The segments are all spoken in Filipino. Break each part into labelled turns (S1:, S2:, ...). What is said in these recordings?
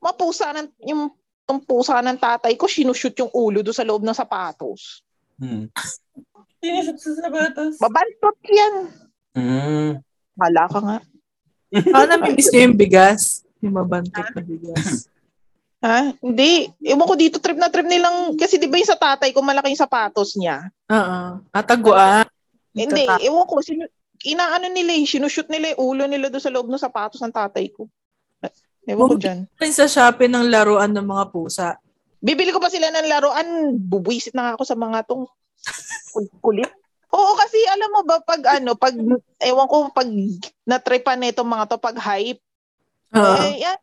S1: mapusa ng, yung tong pusa ng tatay ko, sinushoot yung ulo do sa loob ng sapatos.
S2: Hmm.
S3: Sinishot sa sapatos.
S1: Babantot yan.
S2: Mm.
S1: Hala ka nga.
S4: Ano namimiss niyo yung bigas? Yung mabantot na bigas.
S1: Ha? Hindi. Ewan ko dito, trip na trip nilang, kasi di ba yung sa tatay ko, malaki yung sapatos niya.
S4: Oo. Ah, Ataguan.
S1: Hindi, ewan ko, sinu- inaano nila eh, sinushoot nila yung ulo nila do sa loob ng sapatos ng tatay ko. Ewan ko
S4: Bum-
S1: dyan.
S4: Rin sa Shopee ng laruan ng mga pusa.
S1: Bibili ko pa sila ng laruan, bubuisit na nga ako sa mga tong kul- kulit. Oo kasi alam mo ba pag ano, pag ewan ko pag natripan na itong mga to pag hype,
S4: Oo.
S1: eh yan,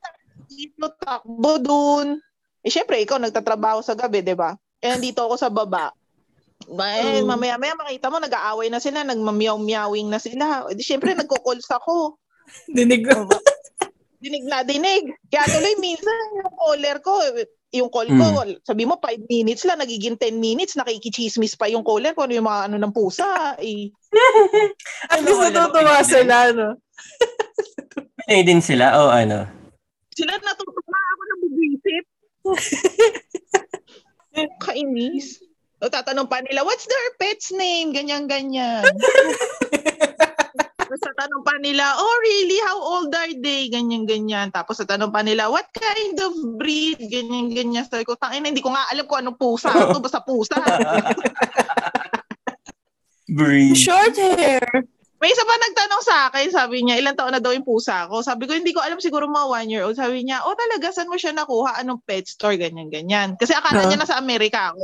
S1: dito takbo dun. Eh syempre ikaw nagtatrabaho sa gabi, 'di ba? Eh nandito ako sa baba. Ma- Eh,
S4: Mm.
S1: mamaya-maya makita mo nag-aaway na sila, nagmamiyaw-miyawing na sila. Eh, di syempre nagko-calls ako.
S4: Dinig ko.
S1: Dinig na dinig. Kaya tuloy minsan yung caller ko, yung call ko,
S4: Mm.
S1: sabi mo 5 minutes lang, nagiging 10 minutes, nakikichismis pa yung caller ko, ano yung mga ano ng pusa. Eh.
S4: At least natutuwa sila, no?
S2: Pinay din sila o ano?
S1: Sila natutuwa, ako nabubuisip. Kainis. O tatanong pa nila, what's their pet's name? Ganyan-ganyan. Tapos tatanong pa nila, oh really, how old are they? Ganyan-ganyan. Tapos tatanong pa nila, what kind of breed? Ganyan-ganyan. Sabi ko, tangin hindi ko nga alam kung anong pusa. Ito basta pusa.
S2: Breathe.
S4: Short hair.
S1: May isa pa nagtanong sa akin, sabi niya, ilang taon na daw yung pusa ko. Sabi ko, hindi ko alam siguro mga one year old. Sabi niya, oh talaga, saan mo siya nakuha? Anong pet store? Ganyan, ganyan. Kasi akala
S4: Ah.
S1: niya nasa Amerika ako.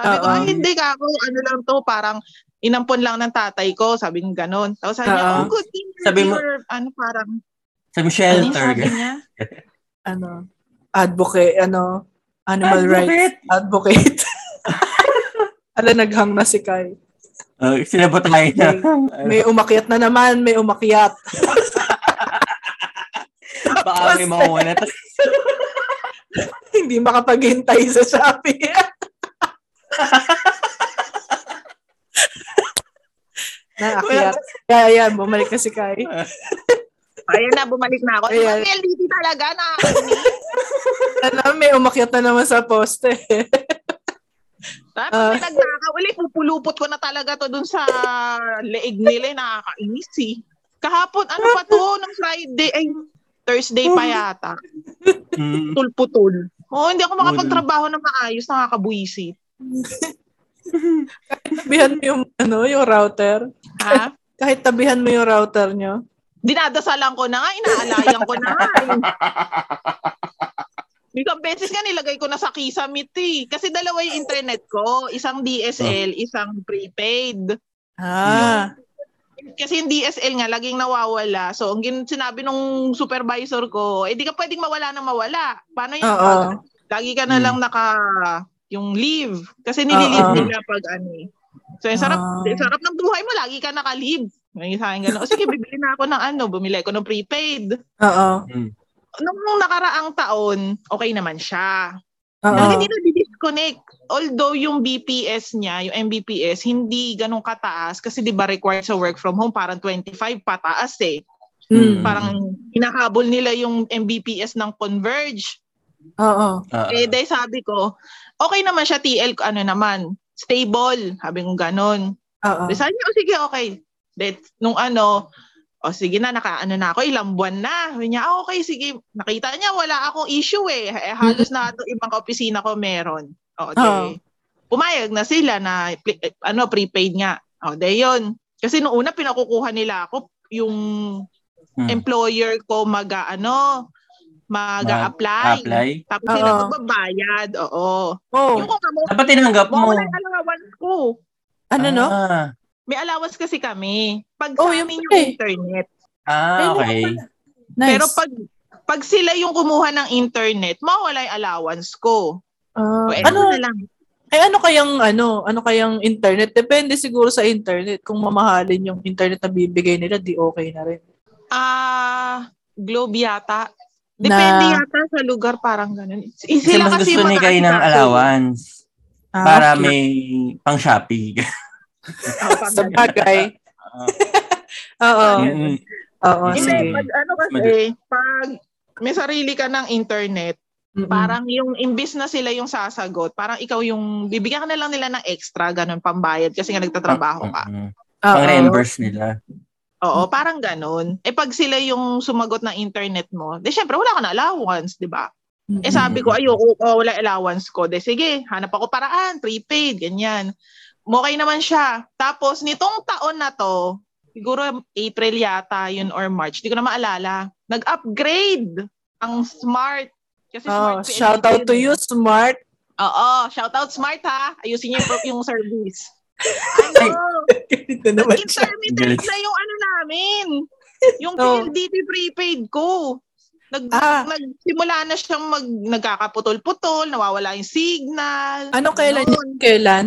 S1: Sabi ko,
S4: Ah, ah.
S1: "Ay, hindi ka ako, ano lang to, parang inampon lang ng tatay ko. Sabi niya, ganun. Tapos sabi niya,
S4: Ah,
S1: oh, good thing.
S2: Sabi
S1: Sabi
S2: mo-
S1: ano, parang,
S2: Some
S1: ano yung
S2: shelter.
S1: sabi niya?
S4: Ano? Advocate. Ano? Animal rights.
S3: Advocate.
S4: Advocate. Ala, naghang na si Kai.
S2: Uh, sinabot tayo na.
S4: May, may umakyat na naman. May umakyat.
S2: Baka may mawala na tayo.
S4: Hindi makapaghintay sa Shopee. Naakyat. Kaya yan, bumalik na si Kai.
S1: Ayun na, bumalik na ako.
S4: Ayan.
S1: Ayan. LDT talaga na.
S4: Alam, may umakyat na naman sa poste.
S1: Tapos may nagnakaw ulit, pupulupot ko na talaga to dun sa leeg nila, eh, nakakainis eh. Kahapon, ano pa to, nung Friday, ay, Thursday pa yata,
S2: Mm.
S1: tulputol. Oo, hindi ako
S2: Tulputol.
S1: makapagtrabaho na maayos, nakakabuisi.
S4: tabihan mo yung, ano, yung router.
S1: Ha?
S4: Kahit tabihan mo yung router nyo.
S1: Dinadasalan ko na nga, inaalayan ko na nga. eh. Isang beses nga nilagay ko na sa Kisamit eh. Kasi dalawa yung internet ko. Isang DSL, isang prepaid.
S4: Ah.
S1: kasi yung DSL nga laging nawawala. So, ang gin- sinabi nung supervisor ko, eh di ka pwedeng mawala ng mawala. Paano yun?
S4: Oo. Hmm.
S1: Lagi ka na
S2: Mm.
S1: lang naka yung leave. Kasi nililive
S4: Oo.
S1: nila pag ano eh. So, yung sarap,
S4: Ah.
S1: yung sarap ng buhay mo, lagi ka naka-leave. May sa akin ganun. O sige, bibili na ako ng ano, bumili ako ng prepaid.
S4: Oo.
S2: Hmm.
S1: Nung nakaraang taon, okay naman siya.
S4: Oo.
S1: Pero hindi na disconnect. Although yung BPS niya, yung MBPS, hindi ganun kataas kasi di ba required sa work from home parang 25 pataas eh.
S4: Mm.
S1: Parang hinahabol nila yung MBPS ng Converge.
S4: Oo.
S2: Ah,
S1: Eh, dahil sabi ko, okay naman siya TL, ano naman, stable. Sabi ko ganun.
S4: Oo.
S1: Uh, Sabi niya, oh, sige, okay. Then, nung ano, o oh, sige na, nakaano na ako, ilang buwan na. Sabi niya, ah, okay, sige. Nakita niya, wala akong issue eh. Eh, halos na ito, ibang opisina ko meron. O, de,
S4: Oo.
S1: pumayag na sila na, pli- eh, ano, prepaid nga. O, de, yun. Kasi nung una, pinakukuha nila ako yung
S2: mm.
S1: employer ko mag ano mag-apply.
S2: Apply.
S1: Tapos sila
S4: Oo.
S1: magbabayad. Oo.
S4: Oh,
S1: Yung kung kamo,
S2: Dapat tinanggap mo.
S1: mawala yung allowance ko.
S4: ano no?
S2: Ah,
S1: May allowance kasi kami. Pag
S4: Oh,
S1: sa
S4: yun
S1: amin
S4: pala
S1: yung
S4: eh.
S1: internet.
S2: ah okay.
S4: Nice.
S1: Pero pag pag sila yung kumuha ng internet, mawala yung allowance ko.
S4: Ah,
S1: O, eh,
S4: ano,
S1: na lang.
S4: eh, ano kayang, ano, ano kayang internet? Depende siguro sa internet. Kung mamahalin yung internet na bibigay nila, di okay na rin.
S1: Ah, Globe yata. Depende
S4: Na-
S1: yata sa lugar parang ganun. I-
S2: Kasi
S1: Sila
S2: mas
S1: kasi
S2: gusto
S1: yung
S2: ni
S1: mga
S2: kayo ng
S1: asikaso.
S2: allowance
S4: Ah,
S2: para
S4: okay.
S2: may pang Shopee.
S1: Oh, pag-
S4: Sa bagay. Oo.
S1: Oh,
S2: Yun.
S4: Oo,
S2: Hindi,
S1: Hindi,
S4: sige.
S1: pag ano kasi, pag may sarili ka ng internet,
S4: Mm-mm.
S1: Parang yung imbis na sila yung sasagot, parang ikaw yung bibigyan ka na lang nila ng extra ganun pambayad kasi nga nagtatrabaho ka.
S2: Mm-mm.
S4: Oo.
S2: Pang reimburse nila.
S4: Mm.
S1: Oo, parang ganun. Eh pag sila yung sumagot ng internet mo, di syempre wala ka na allowance, 'di ba?
S4: Mm-mm.
S1: Eh sabi ko, ayoko, oh, wala allowance ko. De sige, hanap ako paraan, prepaid, ganyan. Okay naman siya. Tapos nitong taon na to, siguro April yata yun or March, di ko na maalala, nag-upgrade ang smart. Kasi smart
S4: Oh,
S1: eh.
S4: shout out to you, smart.
S1: Oo, shout out smart ha. Ayusin niyo yung, yung service.
S2: Ay,
S1: Ano?
S4: Ganito naman siya.
S1: Intermittent na yung ano namin. Yung
S4: Oh.
S1: PLDT prepaid ko. Nag,
S4: Ah.
S1: Nagsimula na siyang mag, nagkakaputol-putol, nawawala yung signal.
S4: Anong kailan
S1: Ganun.
S4: yun? Kailan?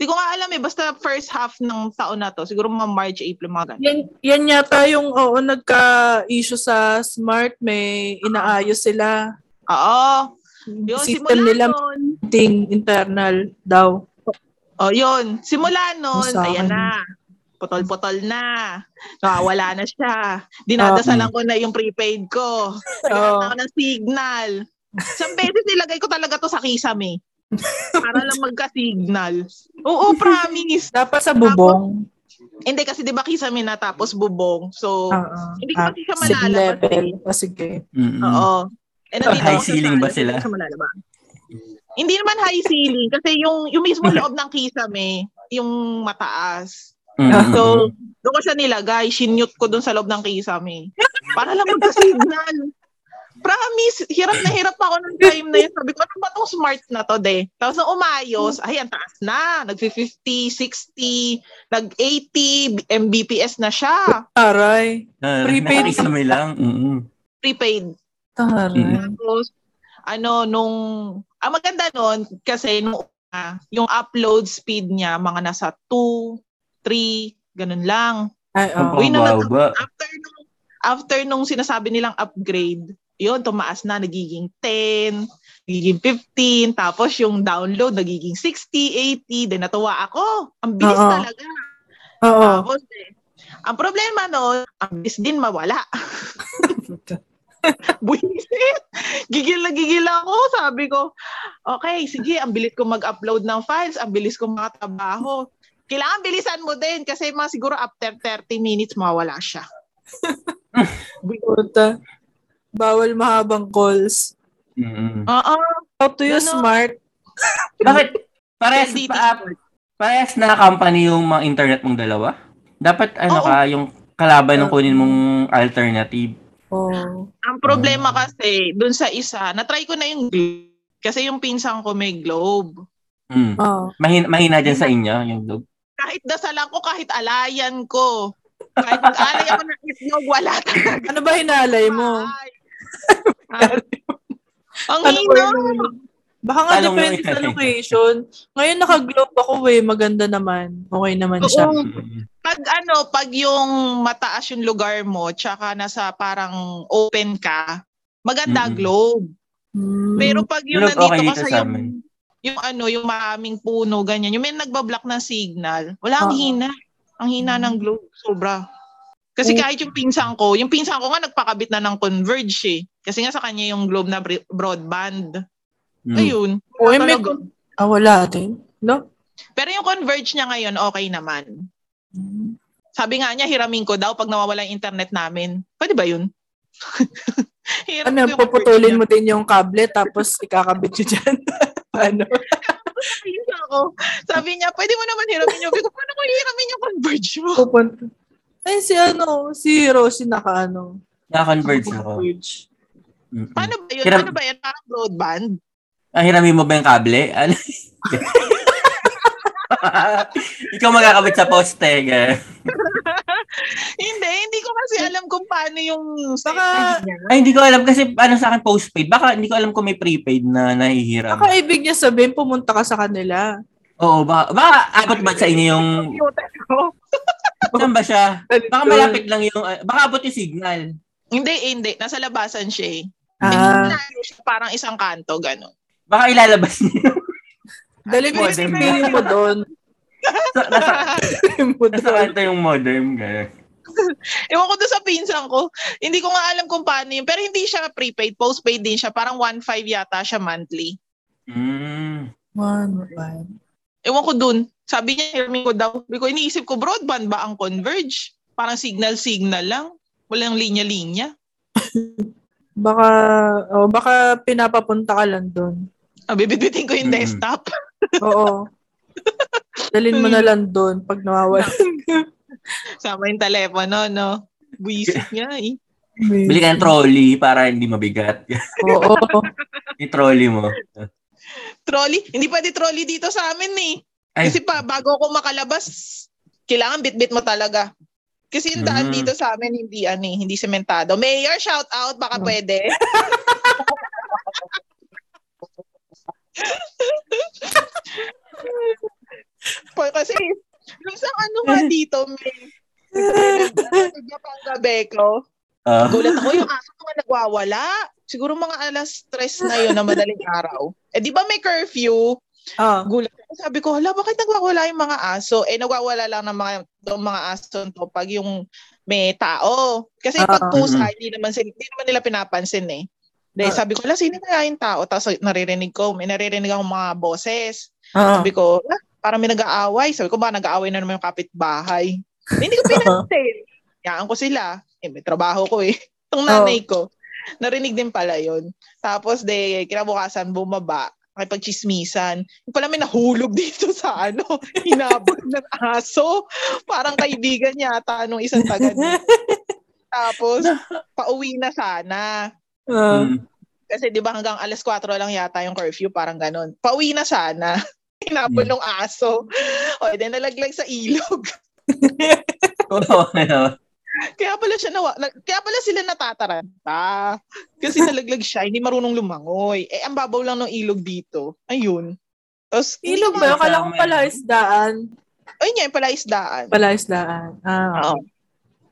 S1: Hindi ko nga alam eh, basta first half ng taon na to. Siguro mga March, April, mga ganun.
S4: Yan, yan yata yung oo, nagka-issue sa smart. May inaayos sila.
S1: Oo. Yun,
S4: System
S1: simula ano?
S4: nila
S1: nun.
S4: ting internal daw.
S1: O, yun. Simula nun,
S4: Sa ano? akin.
S1: ayan na. Putol-putol na. Nawawala na siya.
S4: Ah.
S1: Dinadasalan ko na yung prepaid ko.
S4: Oo.
S1: Nagkakaroon ng signal. Isang beses nilagay ko talaga to sa kisame. Para lang magka-signal. Oo, promise.
S4: Dapat sa bubong.
S1: Hindi kasi 'di ba kisame na tapos bubong. So
S4: Oo.
S1: hindi ko
S4: Ah,
S1: kasi siya
S4: Same
S1: malalabas.
S4: level. Hmm.
S1: eh.
S4: O sige.
S2: Mm-mm.
S1: Oo. Eh, nandito
S2: High
S1: ako sa
S2: ceiling ba
S1: sala, hindi
S2: sila?
S1: ko siya malalabas. Hindi naman high ceiling kasi yung yung mismo loob ng kisame, yung mataas.
S2: Mm-mm.
S1: So, doon ko siya nilagay. Sinute ko doon sa loob ng kisame. Para lang magka-signal. Promise, hirap na hirap ako ng time na yun. Sabi ko, ano ba tong smart na to, de? Tapos nung umayos, ay, ang taas na. Nag-50, 60, nag-80, Mbps na siya.
S4: Aray.
S2: Ah,
S4: prepaid.
S2: nakakisama lang. Mm-mm.
S1: Prepaid.
S4: Taray.
S1: Tapos, ano, nung, ang maganda nun, kasi nung una, yung upload speed niya, mga nasa 2, 3, ganun lang.
S4: Ay,
S2: Ang
S4: oo.
S1: Oh. Uy, nung nag-
S2: pababa.
S1: after nung, after nung sinasabi nilang upgrade, yun, tumaas na, nagiging 10, nagiging 15, tapos yung download, nagiging 60, 80, then natuwa ako. Ang bilis
S4: Oo.
S1: talaga.
S4: Oo.
S1: Tapos, eh, ang problema nun, ang bilis din mawala. Buisit! Gigil na gigil ako. Sabi ko, okay, sige, ang bilis ko mag-upload ng files, ang bilis ko makatrabaho. Kailangan bilisan mo din kasi mga siguro after 30 minutes mawala siya.
S4: Puta. Bawal mahabang calls.
S2: Mm-mm.
S1: Oo.
S4: Shout out to you,
S1: Ano?
S4: smart.
S2: Bakit? Parehas,
S1: LDT.
S2: pa, parehas na company yung mga internet mong dalawa? Dapat ano
S1: Oo.
S2: ka, yung kalaban ng kunin mong alternative.
S4: Oh.
S1: Ang problema kasi, dun sa isa, natry ko na yung globe. Kasi yung pinsang ko may globe.
S2: Mm.
S4: Oh.
S2: Mahina, mahina dyan sa inyo, yung dog.
S1: Kahit dasalan ko, kahit alayan ko. Kahit alay ako ng itlog, wala talaga.
S4: Ano ba hinalay mo?
S1: Ay. Ah. Ang
S4: Ano ba
S1: hina.
S4: yun? Baka nga
S2: Talong
S4: depende
S2: yung
S4: sa
S2: itatake.
S4: location. Ngayon naka-globe ako eh. Maganda naman. Okay naman siya.
S1: Oo. Pag ano, pag yung mataas yung lugar mo, tsaka nasa parang open ka, maganda
S2: Mm-mm.
S1: globe.
S4: Mm.
S1: Pero pag yung
S2: Globe,
S1: nandito
S2: okay
S1: ka
S2: dito
S1: sa
S2: sa
S1: yung,
S2: amin.
S1: yung ano, yung maraming puno, ganyan, yung may nagbablock ng signal, wala ang
S4: Oo.
S1: hina. Ang hina ng globe, sobra. Kasi
S4: Oo.
S1: kahit yung pinsan ko, yung pinsan ko nga nagpakabit na ng Converge eh. Kasi nga sa kanya yung globe na bri- broadband.
S2: Mm.
S1: Ayun.
S4: Uy, may
S1: Talaga.
S4: Ah, wala din. No?
S1: Pero yung Converge niya ngayon, okay naman. Sabi nga niya, hiramin ko daw pag nawawala yung internet namin. Pwede ba yun? Hiram ko
S4: Ano,
S1: yung computer
S4: puputulin mo din yung kable tapos ikakabit nyo dyan. Paano?
S1: niya. Ayun na ako. Sabi niya, pwede mo naman hiramin yung. Sabi ko, paano ko hiramin yung converge mo?
S4: Pupunta. Ay, si ano, si Rosie naka ano.
S2: Naka-converge ako.
S4: Bridge.
S2: Mm-mm.
S1: Paano ba yun?
S2: Hiram-
S1: Ano ba yun? Parang broadband?
S2: Ah, hiramin mo ba yung kable? Ano? Ikaw magkakabit sa poste. ganun.
S1: hindi, hindi ko kasi alam kung paano yung...
S4: Baka-
S2: Ay, hindi ko alam kasi ano sa akin postpaid. Baka hindi ko alam kung may prepaid na nahihiram.
S4: Baka ibig niya sabihin, pumunta ka sa kanila.
S2: Oo, baka, baka abot ba sa inyo yung...
S1: Computer ko.
S2: Saan ba siya? Baka malapit lang yung... ah, Baka abot yung signal.
S1: Hindi, hindi. Nasa labasan siya eh.
S4: Ah,
S1: Inaayos siya, parang isang kanto, gano'n.
S2: Baka ilalabas niya.
S4: dali mo yung
S2: Modem.
S4: CPU mo doon.
S2: Sa- nasa,
S4: Yung mo
S2: nasa
S4: doon.
S2: kanto yung modem. Ganun.
S1: Ewan ko doon sa pinsan ko. Hindi ko nga alam kung paano yun. Pero hindi siya prepaid. Postpaid din siya. Parang 1.5 yata siya monthly.
S2: Mm.
S4: One, five.
S1: Ewan ko dun. Sabi niya, hirmi ko daw. Sabi ko, iniisip ko, broadband ba ang converge? Parang signal-signal lang. Walang linya-linya.
S4: Baka, oh, baka pinapapunta ka lang doon.
S1: Ah, bibitbitin ko yung
S2: Mm.
S1: desktop.
S4: Oo. Dalin mo na lang doon pag nawawalan ka.
S1: Sama yung telepono, no? Buisit niya eh.
S2: Bili ka ng trolley para hindi mabigat.
S4: Oo.
S2: yung trolley mo.
S1: Trolley? Hindi pwede trolley dito sa amin eh.
S2: Ay.
S1: Kasi pa, bago ako makalabas, kailangan bitbit mo talaga. Kasi yung daan
S2: Mm.
S1: dito sa amin, hindi ano eh, hindi sementado. Mayor, shout out, baka
S4: Mm.
S1: pwede. Pa- kasi, yung sa ano nga dito, may Japanga Beko,
S2: Ah.
S1: gulat ako yung aso ko nga nagwawala. Siguro mga alas stress na yun na madaling araw. Eh di ba may curfew?
S4: Ah,
S1: Gulat ako. Sabi ko, hala, bakit nagwawala yung mga aso? Eh, nagwawala lang ng mga, ng mga aso to pag yung may tao. Kasi
S4: Ah.
S1: pag pusa,
S2: Mm-mm.
S1: hindi naman, sila, hindi naman nila pinapansin eh. De,
S4: Ah.
S1: sabi ko, hala, sino kaya yung tao? Tapos naririnig ko, may naririnig akong mga boses.
S4: ah.
S1: Sabi ko, ah, parang may nag-aaway. Sabi ko, ba nag-aaway na naman yung kapitbahay? Eh, hindi ko pinansin. Yaan ko sila. Eh, may trabaho ko eh. Itong nanay ko. Narinig din pala yun. Tapos, de, kinabukasan, bumaba. Nakipagchismisan. Yung pala may nahulog dito sa ano, hinabot ng aso. Parang kaibigan yata nung isang taga dito. Tapos, pauwi na sana.
S4: Ah.
S2: Mm.
S1: Kasi di ba hanggang alas 4 lang yata yung curfew, parang ganun. Pauwi na sana. Hinabol ng aso. O, eh, then nalaglag sa ilog.
S2: Oo, ano.
S1: Kaya pala siya nawa, na- kaya pala sila natataranta. Kasi nalaglag siya, hindi marunong lumangoy. Eh, ang babaw lang ng ilog dito. Ayun. Tapos,
S4: Ilog ba? yun? Kala ko pala isdaan.
S1: Ayun nga, yung palaisdaan.
S4: Pala isdaan. Ah.
S1: Oo.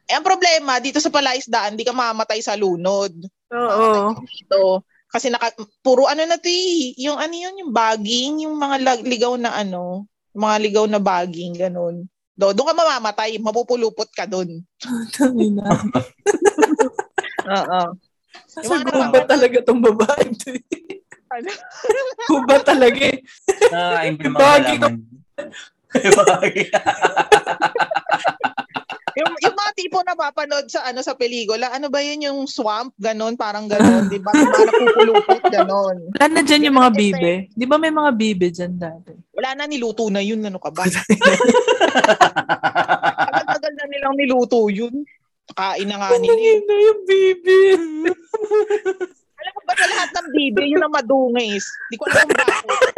S1: Eh, ang problema, dito sa palaisdaan, di ka mamatay sa lunod.
S4: Oo.
S1: Dito. Kasi naka, puro ano na to eh, Yung ano yun, yung bagging, yung mga lag- ligaw na ano, mga ligaw na bagging, ganun. Do, doon ka mamamatay, mapupulupot ka doon.
S4: Tangin na.
S1: Oo.
S4: Sa guba talaga tong babae. to eh. guba talaga eh.
S2: Nakakain pa yung mga
S4: Bagay
S2: halaman. Bagay.
S1: yung, yung mga tipo na mapanood sa ano sa pelikula, ano ba yun yung swamp, ganun, parang ganun, di ba? Yung mga napupulupot, ganun.
S4: Wala na dyan yung mga bibe. Di ba may mga bibe dyan dati?
S1: Wala na, niluto na yun, ano ka ba? Tagal-tagal na nilang niluto yun. Kain na nga nila. eh.
S4: Tangin na yung bibe.
S1: Alam mo ba na lahat ng bibe, yun ang madungis. Di ko alam kung bakit.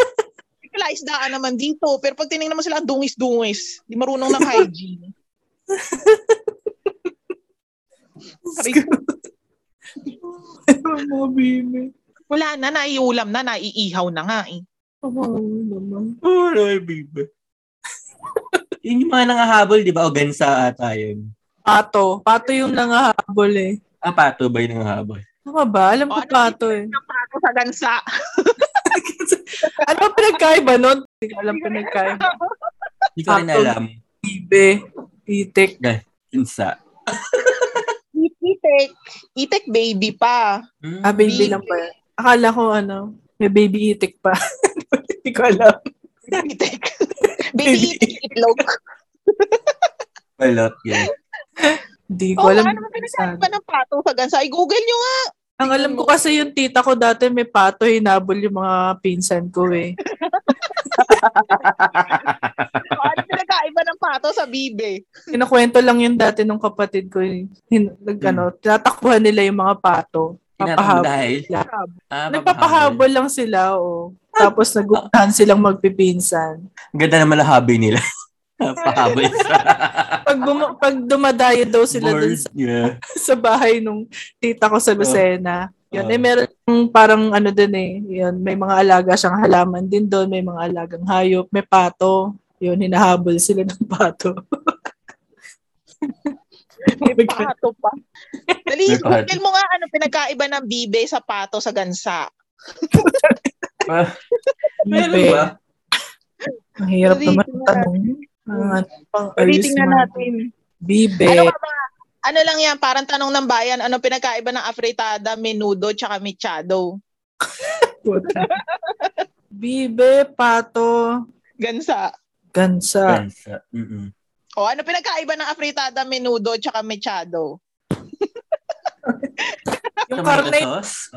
S1: Di pala isdaan naman dito. Pero pag tinignan mo sila, ang dungis-dungis. Di marunong ng hygiene.
S4: Ang mga bibe.
S1: Wala na, naiulam na, naiihaw na nga eh.
S4: Oo naman.
S2: Wala, baby. Yun yung mga nangahabol, di ba? O gansa ata yun.
S4: Pato. Pato yung nangahabol eh.
S2: Ah, pato ba yung nangahabol?
S4: Tama ba? Alam ko
S1: Oh, ano
S4: pato eh.
S1: Napato sa gansa.
S4: Ano ba pinagkaiba nun? Hindi ko alam pinagkaiba.
S2: Hindi ko rin
S4: Pato.
S2: alam.
S4: Bibe. Itik.
S2: Gansa.
S1: Itek. Itek baby pa.
S2: Hmm?
S4: Ah, baby lang ba? yan? Akala ko ano, may baby itik pa. Hindi ko alam.
S1: Itek. baby itek itlog.
S2: Balot yan.
S4: Hindi ko
S1: Oh,
S4: alam.
S1: ano ba pinagkaiba ng pato sa gansa? Ay, Google nyo nga.
S4: Ang alam ko kasi yung tita ko dati may pato hinabol yung mga pinsan ko eh.
S1: O, Ano pinagkaiba ng pato sa bibe?
S4: Kinukwento lang yun dati nung kapatid ko. eh. Hin- nag,
S2: Hmm.
S4: ano, tinatakbuhan nila yung mga pato.
S2: Tinatakbo
S4: Papahabol.
S2: dahil.
S4: lang.
S2: Ah,
S4: Nagpapahabol lang sila oh. Tapos naguguhan silang magpipinsan.
S2: Ganda naman ang hobby nila. Pahabol sa
S4: Pag, bum- pag dumadayo daw sila dun
S2: board.
S4: sa,
S2: Yeah.
S4: sa bahay nung tita ko
S2: Ah.
S4: sa Lucena, Yun, eh,
S2: Oh.
S4: meron yung parang ano din eh, yun, may mga alaga siyang halaman din doon, may mga alagang hayop, may pato. Yun, hinahabol sila ng pato.
S1: May pato pa. Dali,
S2: May pato.
S1: Google mo nga ano pinagkaiba ng bibe sa pato sa gansa.
S2: Ah, Meron
S4: Ibe.
S2: ba?
S4: Ang hirap
S1: Sorry,
S4: naman
S1: tingnan
S4: tanong. Ang ano pang
S1: Ulitin
S4: ayos Eh,
S1: na
S4: man.
S1: natin.
S4: Bibe.
S1: Ano ka mga, Ano lang yan, parang tanong ng bayan, ano pinagkaiba ng afritada, menudo, tsaka mechado?
S4: Bibe, pato,
S1: Gansa.
S4: gansa.
S2: Gansa. uh, Mm-mm.
S1: O ano pinagkaiba ng afritada, menudo, tsaka mechado?
S4: Yung
S2: Tomato
S4: karne,
S2: sauce?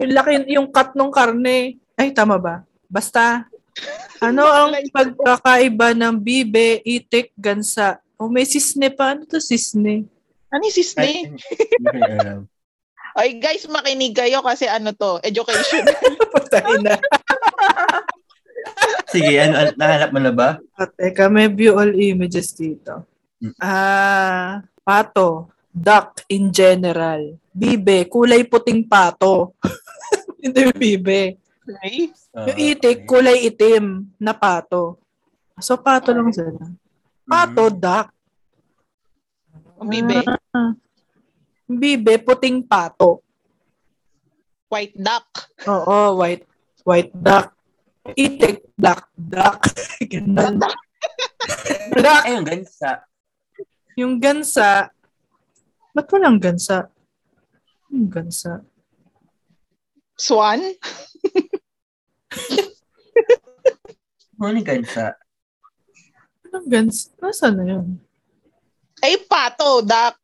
S4: yung laki, yung cut ng karne. Ay, tama ba? Basta, ano ang pagkakaiba ng bibe, itik, gansa? O may sisne pa. Ano to sisne?
S1: Ano yung sisne?
S2: Ay, hindi ko alam.
S1: Ay guys, makinig kayo kasi ano to, education.
S4: Patay na.
S2: Sige, ano, an- nahanap mo na ba?
S4: Ah, Teka, may view all images dito.
S2: Mm.
S4: Ah, pato, duck in general. Bibe, kulay puting pato. Hindi yung bibe.
S1: Okay?
S2: Ah,
S4: Yung
S2: okay.
S4: itik, kulay itim na pato. So, pato lang sila.
S2: Hmm. Mm-hmm.
S4: Pato, duck.
S1: Ang bibe.
S4: Ah. Bibe, puting pato.
S1: White duck.
S4: Oo, white white duck. Itik, black duck. Ganun. Black.
S2: Ayun, gansa.
S4: Yung gansa, ba't walang gansa? Yung gansa.
S1: Swan?
S2: Ano yung gansa?
S4: Anong gansa? Nasaan na yun?
S1: Ay, pato, duck.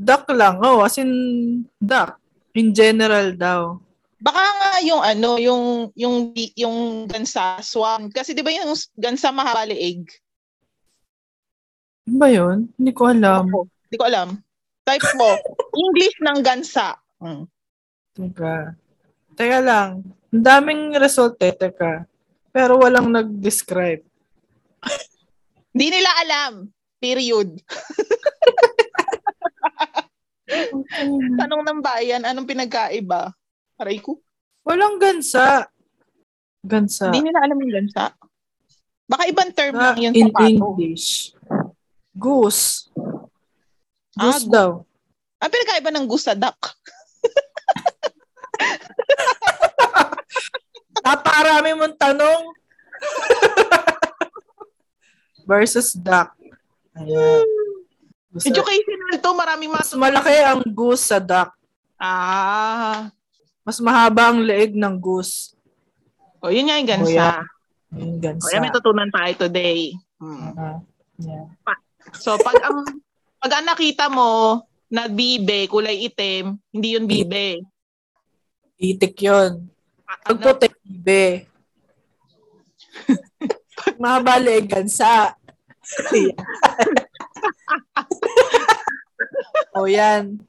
S4: Duck lang. Oh, as in, duck. In general daw.
S1: Baka nga yung ano, yung yung yung gansa swan kasi 'di ba yung gansa mahaba leeg?
S4: Ano ba yun? Hindi ko alam.
S1: Hindi ko alam. Type mo English ng gansa. Mm.
S4: Teka. Teka lang. Ang daming result eh, teka. Pero walang nag-describe.
S1: Hindi nila alam. Period. Tanong ng bayan, anong pinagkaiba? Aray ko.
S4: Walang gansa. Gansa.
S1: Hindi nila alam yung gansa. Baka ibang term
S4: Ah,
S1: lang yun
S4: in
S1: sa pato.
S4: English. Goose.
S1: Ah,
S4: Goose daw.
S1: Ang pinagkaiba ng gusa duck.
S4: Naparami mong tanong. Versus duck. Ayan. Goose.
S1: Educational to, maraming
S4: Mas
S1: matutunan.
S4: malaki ang goose sa duck.
S1: Ah.
S4: Mas mahaba ang leeg ng goose.
S1: O, yun nga yung
S4: O,
S1: gansa.
S4: yan. Yung gansa.
S1: Kaya Oh, may tutunan tayo today. Mm.
S4: Ah, yeah.
S1: So, pag ang pag ang nakita mo na bibe, kulay itim, hindi yun bibe. Ano?
S4: Itik yun.
S1: Pag
S4: Pag puti, ibe. Pag mahaba leeg, gansa. o Oh, yan.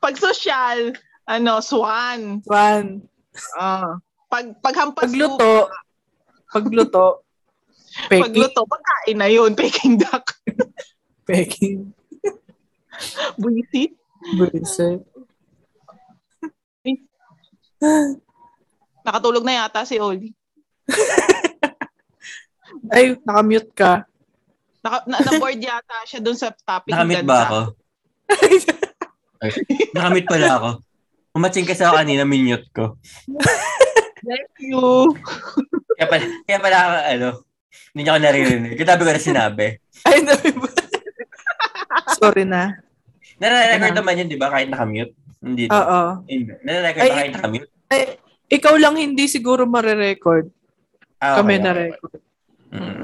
S1: pag social, ano, swan.
S4: One.
S1: Ah. pag paghampas lupa,
S4: Pagluto. Pagluto. Peking.
S1: pagluto, pagkain na yun, peking duck,
S4: Peking.
S1: buisit.
S4: Bulisit.
S1: Nakatulog na yata si Oli.
S4: Ay, nakamute ka.
S1: Naka, na, na-board yata siya dun sa topic.
S2: Nakamit
S1: ng
S2: ba
S1: gansa.
S2: ako? Ay, nakamit pala ako. Umatsing kasi ako kanina, minute ko.
S1: Thank you.
S2: Kaya pala, kaya pala ako, ano, hindi niya ako naririnig. Katabi ko na sinabi.
S4: Ay, nami ba? Sorry na.
S2: Nare-record naman yun, di ba? Kahit nakamute. Hindi. na.
S4: Oo.
S2: Ayun, Nare-record ba
S4: Ay,
S2: kahit nakamute?
S4: Ay, ikaw lang hindi siguro marerecord.
S2: Ah, okay,
S4: Kami
S2: okay.
S4: na record.
S2: Mm.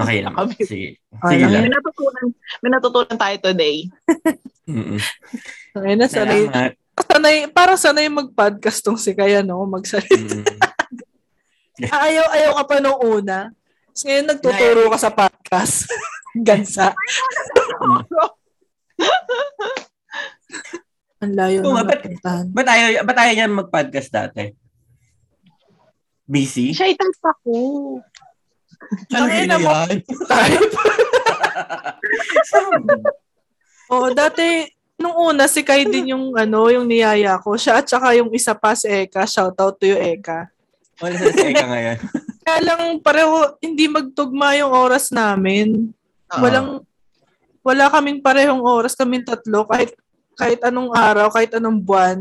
S2: okay lang. Sige.
S4: Okay
S2: Sige
S4: lang.
S2: lang.
S1: May natutunan, may natutunan tayo today.
S2: Mm-mm.
S4: Ay, na, sanay,
S2: Salamat.
S4: sanay, parang sanay mag-podcast tong si Kaya, no? Magsalita.
S2: Mm.
S4: Ayaw, ayaw ka pa nung una. Tapos ngayon nagtuturo ka sa podcast. Gansa. Ang layo
S2: Oo
S4: na
S2: nga, ba't-
S4: napuntahan.
S2: Ba't ayaw, ba't ayaw niya mag-podcast dati? Busy?
S1: Siya type ako.
S2: Ano
S4: Tangina
S2: na
S4: mo.
S2: yan?
S4: Oo, Oh, dati, nung una, si Kai din yung, ano, yung niyaya ko. Siya at saka yung isa pa si Eka. Shoutout to you, Eka.
S2: Wala sa sa ka ngayon.
S4: Kaya lang, pareho, hindi magtugma yung oras namin.
S2: Oo.
S4: Ah. Walang, wala kaming parehong oras, kaming tatlo. Kahit, kahit anong araw, kahit anong buwan,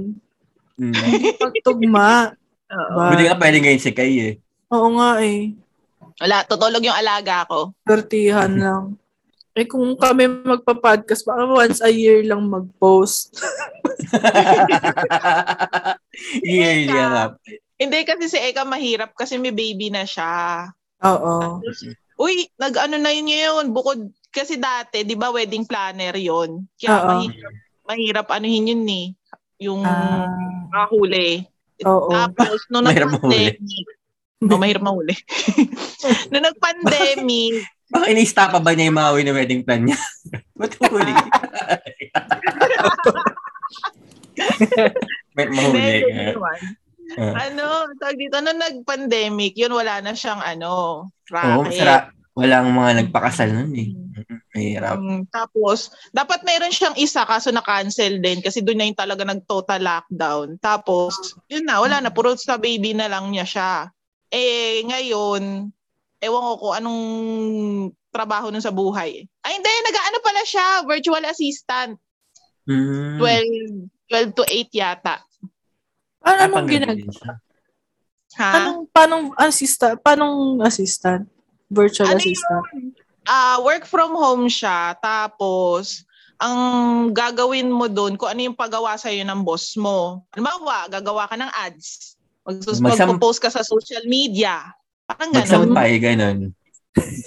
S2: Mm.
S4: magtugma.
S1: Oo.
S4: Ba?
S1: Ah.
S2: Buti nga pwede ngayon si Kay eh.
S4: Oo nga eh.
S1: Wala, tutulog yung alaga ko.
S4: Tortihan lang. Eh kung kami magpa-podcast, baka once a year lang mag-post.
S2: Yearly up.
S1: Hindi kasi si Eka mahirap kasi may baby na siya.
S4: Oo.
S2: Mm.
S1: Uy, nag-ano na yun ngayon, bukod kasi dati, di ba, wedding planner yon Kaya
S4: Oo.
S1: mahirap, mahirap anuhin yun ni eh, yung
S4: Ah,
S1: mahuli.
S4: oo.
S1: Tapos, nung
S2: Mahirap
S1: nag-pandemic, oh, mahirap mahuli. nung nag-pandemic,
S2: Baka ini-stop pa ba niya yung mahawi na wedding plan niya? Ba't huli? May mahuli
S1: Hindi,
S2: ka.
S1: hindi naman.
S2: Ah.
S1: ano, tawag dito, nung nag-pandemic, yun, wala na siyang, ano,
S2: Oo,
S1: racket.
S2: masara. Walang mga nagpakasal nun eh. Mahirap.
S1: Mm, tapos, dapat mayroon siyang isa kaso na-cancel din kasi doon na yung talaga nag-total lockdown. Tapos, yun na, wala na. Puro sa baby na lang niya siya. Eh, ngayon, ewan ko kung anong trabaho nun sa buhay. Ay, hindi, nag-ano pala siya, virtual assistant.
S2: Mm.
S1: 12, 12 to 8 yata.
S4: Ano,
S2: Ah,
S4: anong
S2: panggabi
S4: ginag...
S2: din siya.
S1: Ha?
S4: Anong, panong assistant? Panong assistant? Virtual
S1: Ano
S4: assistant?
S1: Ah, work from home siya, tapos ang gagawin mo doon kung ano yung paggawa sa'yo ng boss mo. Halimbawa, gagawa ka ng ads. Magsus-
S2: Magsam-
S1: magpo-post ka sa social media. Parang ganun.
S2: Magsampay, eh, ganun.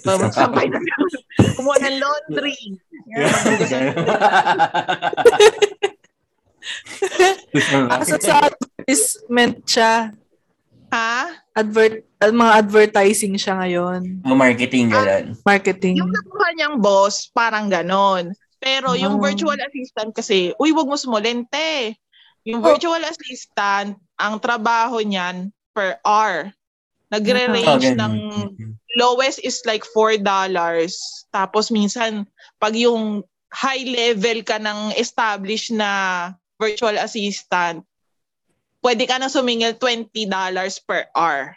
S1: Magsampay na Kumuha ng laundry.
S4: Kaso sa advertisement siya,
S1: ha?
S4: advert, ah, mga advertising siya ngayon.
S2: Mga marketing, gano'n.
S4: Marketing.
S1: Yung nakuha niyang boss, parang ganun. Pero yung
S4: Mm. Ah.
S1: virtual assistant kasi, uy, wag mo sumulente. Yung virtual assistant, ang trabaho niyan per hour.
S2: Oh,
S1: Nagre-range
S2: ganun.
S1: ng lowest is like four dollars. Tapos minsan, pag yung high level ka ng established na virtual assistant, pwede ka na sumingil $20 per hour.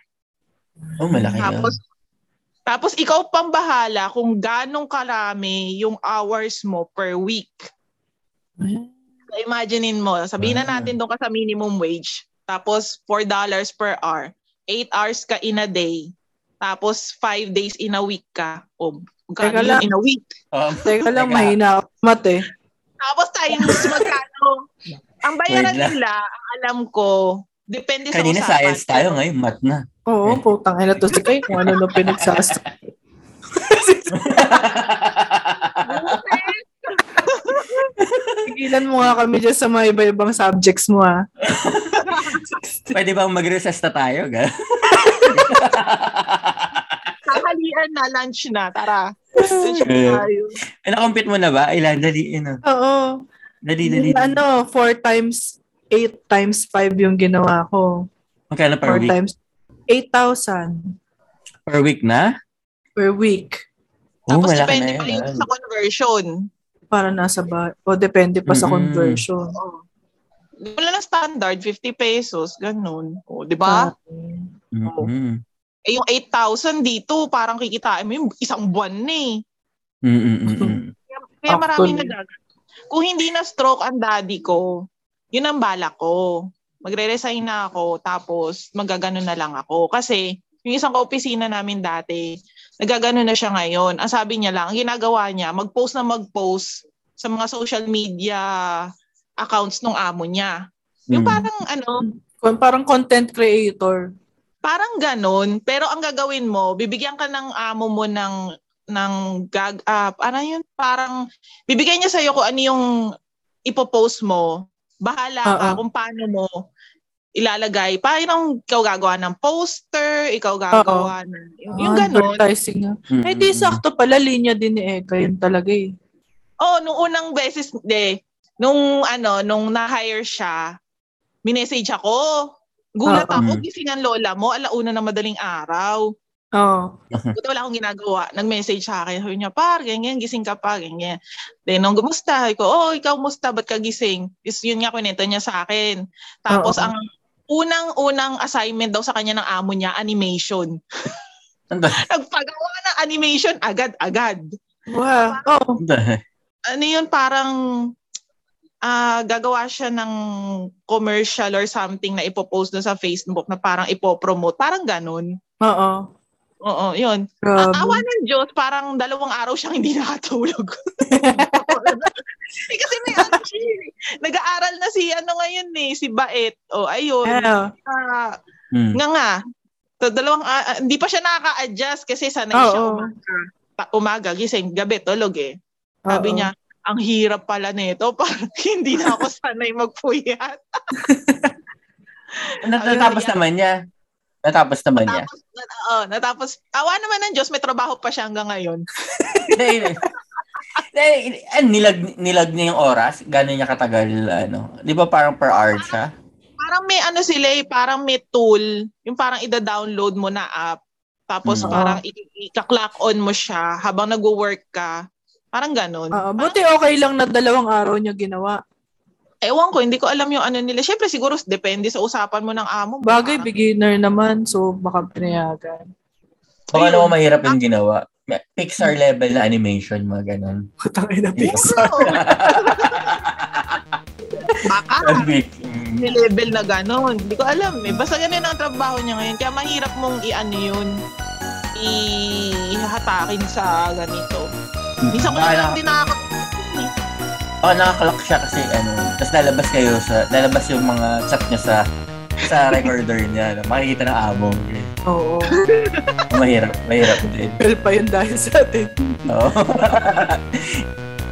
S2: Oh, malaki na.
S1: Tapos, tapos ikaw pang bahala kung ganong karami yung hours mo per week. So imaginein mo, sabihin na
S2: Ah.
S1: natin doon ka sa minimum wage. Tapos $4 per hour. 8 hours ka in a day. Tapos 5 days in a week ka. O,
S4: Teka
S1: magkano
S4: lang.
S1: yun in a week?
S2: Um,
S4: Teka lang,
S2: Teka.
S4: mahina ako. Mate.
S1: Tapos times magkano? Ang bayaran
S2: Wait lang.
S1: nila, ang alam ko, depende sa
S2: kanina
S1: usapan.
S2: science tayo, ngayon math na.
S4: Oo, putang ina to si Kay kung ano na pinagsas. Tigilan mo nga kami dyan sa mga iba-ibang subjects mo ah. ha.
S2: Pwede bang mag-recess na tayo? gano'n?
S1: Kahalian na, lunch na, tara. Lunch na tayo.
S2: Eh, Na-compute mo na ba? Ay, la, dali, ano.
S4: Oo.
S2: Dali, dali. dali.
S4: Ano, 4 times 8 times 5 yung ginawa ko.
S2: Magkano
S4: 4
S2: per week?
S4: times 8,000
S2: Per week na?
S4: per week.
S2: Oh,
S1: Tapos
S2: malaki
S1: depende
S2: na
S1: pa
S2: yun.
S1: yun sa conversion.
S4: Para nasa ba? O depende pa sa
S2: Mm-mm.
S4: conversion.
S1: Wala na standard, 50 pesos, ganun. O, di ba?
S4: Oo.
S2: Mm-mm.
S1: Eh, yung 8,000 dito, parang kikitain mo yung isang buwan na eh.
S2: Mm-mm, mm-mm.
S1: Kaya maraming
S4: Actually.
S1: nagagawa. Kung hindi na stroke ang daddy ko, yun ang bala ko. Magre-resign na ako, tapos magagano na lang ako. Kasi yung isang kaopisina namin dati, nagagano na siya ngayon. Ang sabi niya lang, ang ginagawa niya, mag-post na mag-post sa mga social media accounts ng amo niya. Yung
S4: Hmm.
S2: Mm.
S1: parang ano,
S4: Kon- Parang content creator.
S1: Parang ganun, pero ang gagawin mo, bibigyan ka ng amo mo ng ng gag up. Ano yun? Parang bibigyan niya sa kung ano yung ipopost mo. Bahala ka
S4: Oo.
S1: kung paano mo ilalagay. Parang ikaw gagawa ng poster, ikaw gagawa ng yung, yung
S4: Ah,
S1: ganun.
S4: Advertising nga.
S2: Mm-mm.
S4: Ay, di sakto pala. Linya din ni Eka yun talaga eh.
S1: Oh, nung unang beses, de, nung ano, nung na-hire siya, minessage ako. Gulat
S4: Oo.
S1: ako, gising ang lola mo, alauna na madaling araw.
S4: Oo.
S1: Buti wala akong ginagawa. Nag-message sa akin. Sabi niya, par, ganyan, gising ka pa, ganyan. Then, nung gumusta, sabi ko, oh, ikaw musta, ba't ka gising? Is, yun nga, kwento niya sa akin. Tapos,
S4: Oo.
S1: ang unang-unang assignment daw sa kanya ng amo niya, animation.
S2: Anda.
S1: Nagpagawa ng animation agad-agad.
S4: Wow. Oh,
S2: Anda.
S1: Ano yun, parang ah gagawa siya ng commercial or something na ipopost doon sa Facebook na parang ipopromote. Parang ganun.
S4: oo.
S1: Oo, yun.
S4: Grabe.
S1: Awa ng Diyos, parang dalawang araw siyang hindi nakatulog. Eh, kasi may ano siya eh. Nag-aaral na si ano ngayon eh, si Baet. O ayun.
S4: Ah,
S1: Ah,
S2: Mm.
S1: nga nga. So, dalawang, ah, ah, hindi pa siya nakaka-adjust kasi sanay siya
S4: Oo.
S1: umaga. Ta- umaga, gising, gabi, tulog eh. Sabi
S4: oo.
S1: niya, ang hirap pala nito. Parang hindi na ako sanay magpuyat.
S2: Nat- natapos naman niya. Natapos naman niya.
S1: Tapos, nat- oo, natapos, awa naman ng Diyos, may trabaho pa siya hanggang ngayon.
S2: Dahil, dahil, ah, nilag, nilag niya yung oras, gano'n niya katagal, ano. Di ba parang per hour siya?
S1: Parang may ano sila eh, parang may tool. Yung parang ida-download mo na app. Tapos
S2: Mm.
S1: parang i- i-clock on mo siya habang nagwo-work ka. Parang ganun.
S4: Oo, buti okay lang na dalawang araw niya ginawa.
S1: Ewan ko, hindi ko alam yung ano nila. Siyempre siguro depende sa usapan mo ng amo mo.
S4: Bagay,
S1: Parang-
S4: beginner naman, so baka pinayagan.
S2: Baka
S1: Ayun.
S2: naman mahirap yung ginawa. May- Pixar level na animation, mga ganun.
S4: Putang ina,
S2: Yes.
S4: Pixar.
S1: Baka
S2: Sabi, mm,
S1: may level na ganun. Hindi ko alam eh. Basta ganun ang trabaho niya ngayon. Kaya mahirap mong i-ano yun. i- ihatakin sa ganito. Minsan ko
S2: baka
S1: na lang
S2: na-
S1: din nakaka-
S2: Oh, nakakalock siya kasi ano. Tapos lalabas kayo sa, lalabas yung mga chat niya sa sa recorder niya. Ano, makikita ng amo. Okay.
S4: Oo.
S2: Mahirap, mahirap din.
S4: Well pa yun dahil sa atin.
S2: Oo.